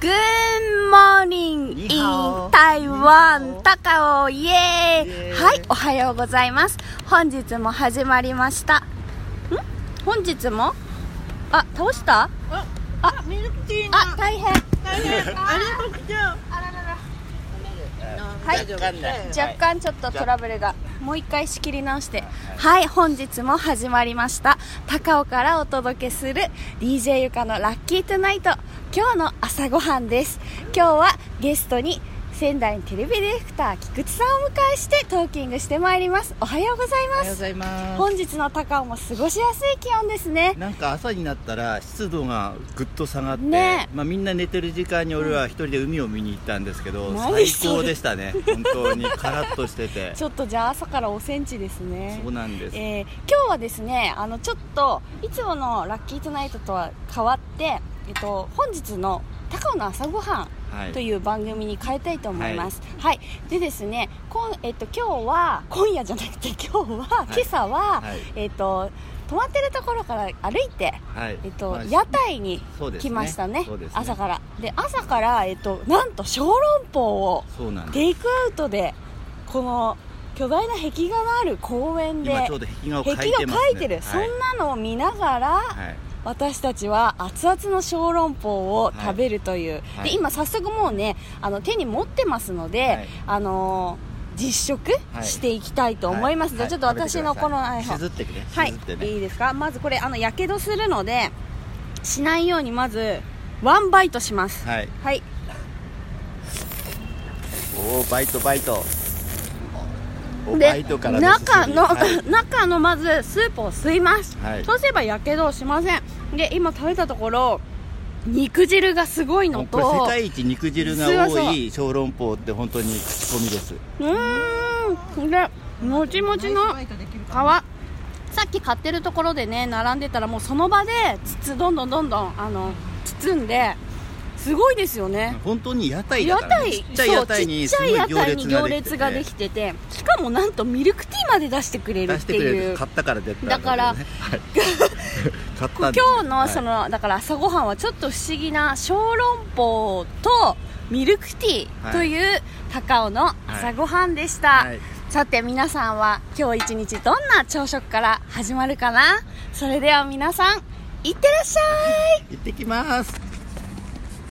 Good morning ニ in ーハオ台ニーハ湾オ高尾イエーイイエーイはいおはようございます本日も始まりましたん本日もあ倒したあ、あミルクティーあが大変大変あれが来ちゃうはい若干ね若干ちょっとトラブルがもう一回仕切り直してはい本日も始まりました高尾からお届けする DJ ゆかのラッキートゥナイト今日の朝ごはんです今日はゲストに仙台のテレビディレクター菊池さんをお迎えしてトーキングしてまいりますおはようございおはまようごすざいます本日の高尾も過ごしやすい気温ですねなんか朝になったら湿度がぐっと下がって、ねまあ、みんな寝てる時間に俺は一人で海を見に行ったんですけど、何最それ高でしたね本 当にカラッとしててちょっとじゃあ朝から5センチですねそうなんです、えー今日はですねあのちょっといつものラッキートゥナイトとは変わって、えっと、本日の「高尾の朝ごはん」はいという番組に変えたいと思います、はいでですねこん、えっと、今日は今夜じゃなくて 今日は、今い朝は、はいえっと、泊まってるところから歩いて、はいえっとまあ屋台にそうですね来ましたねそうですね朝からで朝から、えっと、なんと小籠包をそうなんですテイクアウトでこの巨大な壁画のある公園で今ちょうど壁画を描い壁て画をます、ね、描いてる、そはいんなのを見ながら、はい私たちは熱々の小籠包を食べるという、はいで今早速もうねあの手に持ってますので、はいあのー実食はいしていきたいと思います、はじゃあちょっと私のこの、ははい食いべてくださはいいしずってね、しずってね、いいですかまずこれあのやけどするのでしないようにまずワンバイトしますはいはいおおバイトバイトおでバイトからす中の、は い中のまずスープを吸います、はいそうすればやけどをしませんで今食べたところ肉汁がすごいのこれ世と界一肉汁が多い小籠包って本当に口コミですうーんでもちもちのナイスバイトできる皮かさっき買ってるところでね並んでたらもうその場でつつどんどんどんどんあの包んですごいですよね本当に屋台屋だから、台ね、ちっちゃい屋台にすそうちごっちゃいい屋行台列にが行できて列ができててしかもなんとミルクティーまで出してくれる出っしててくれいるう買ったから絶対だからねはい 買今ったんです日のその、だから朝ごはんはちょっと不思議な小籠包とミルクティーはいという高尾の朝ごはんでした、はいはいさて皆さんは今日一日どんな朝食から始まるかなそれでは皆さんいってらっしゃい行ってきます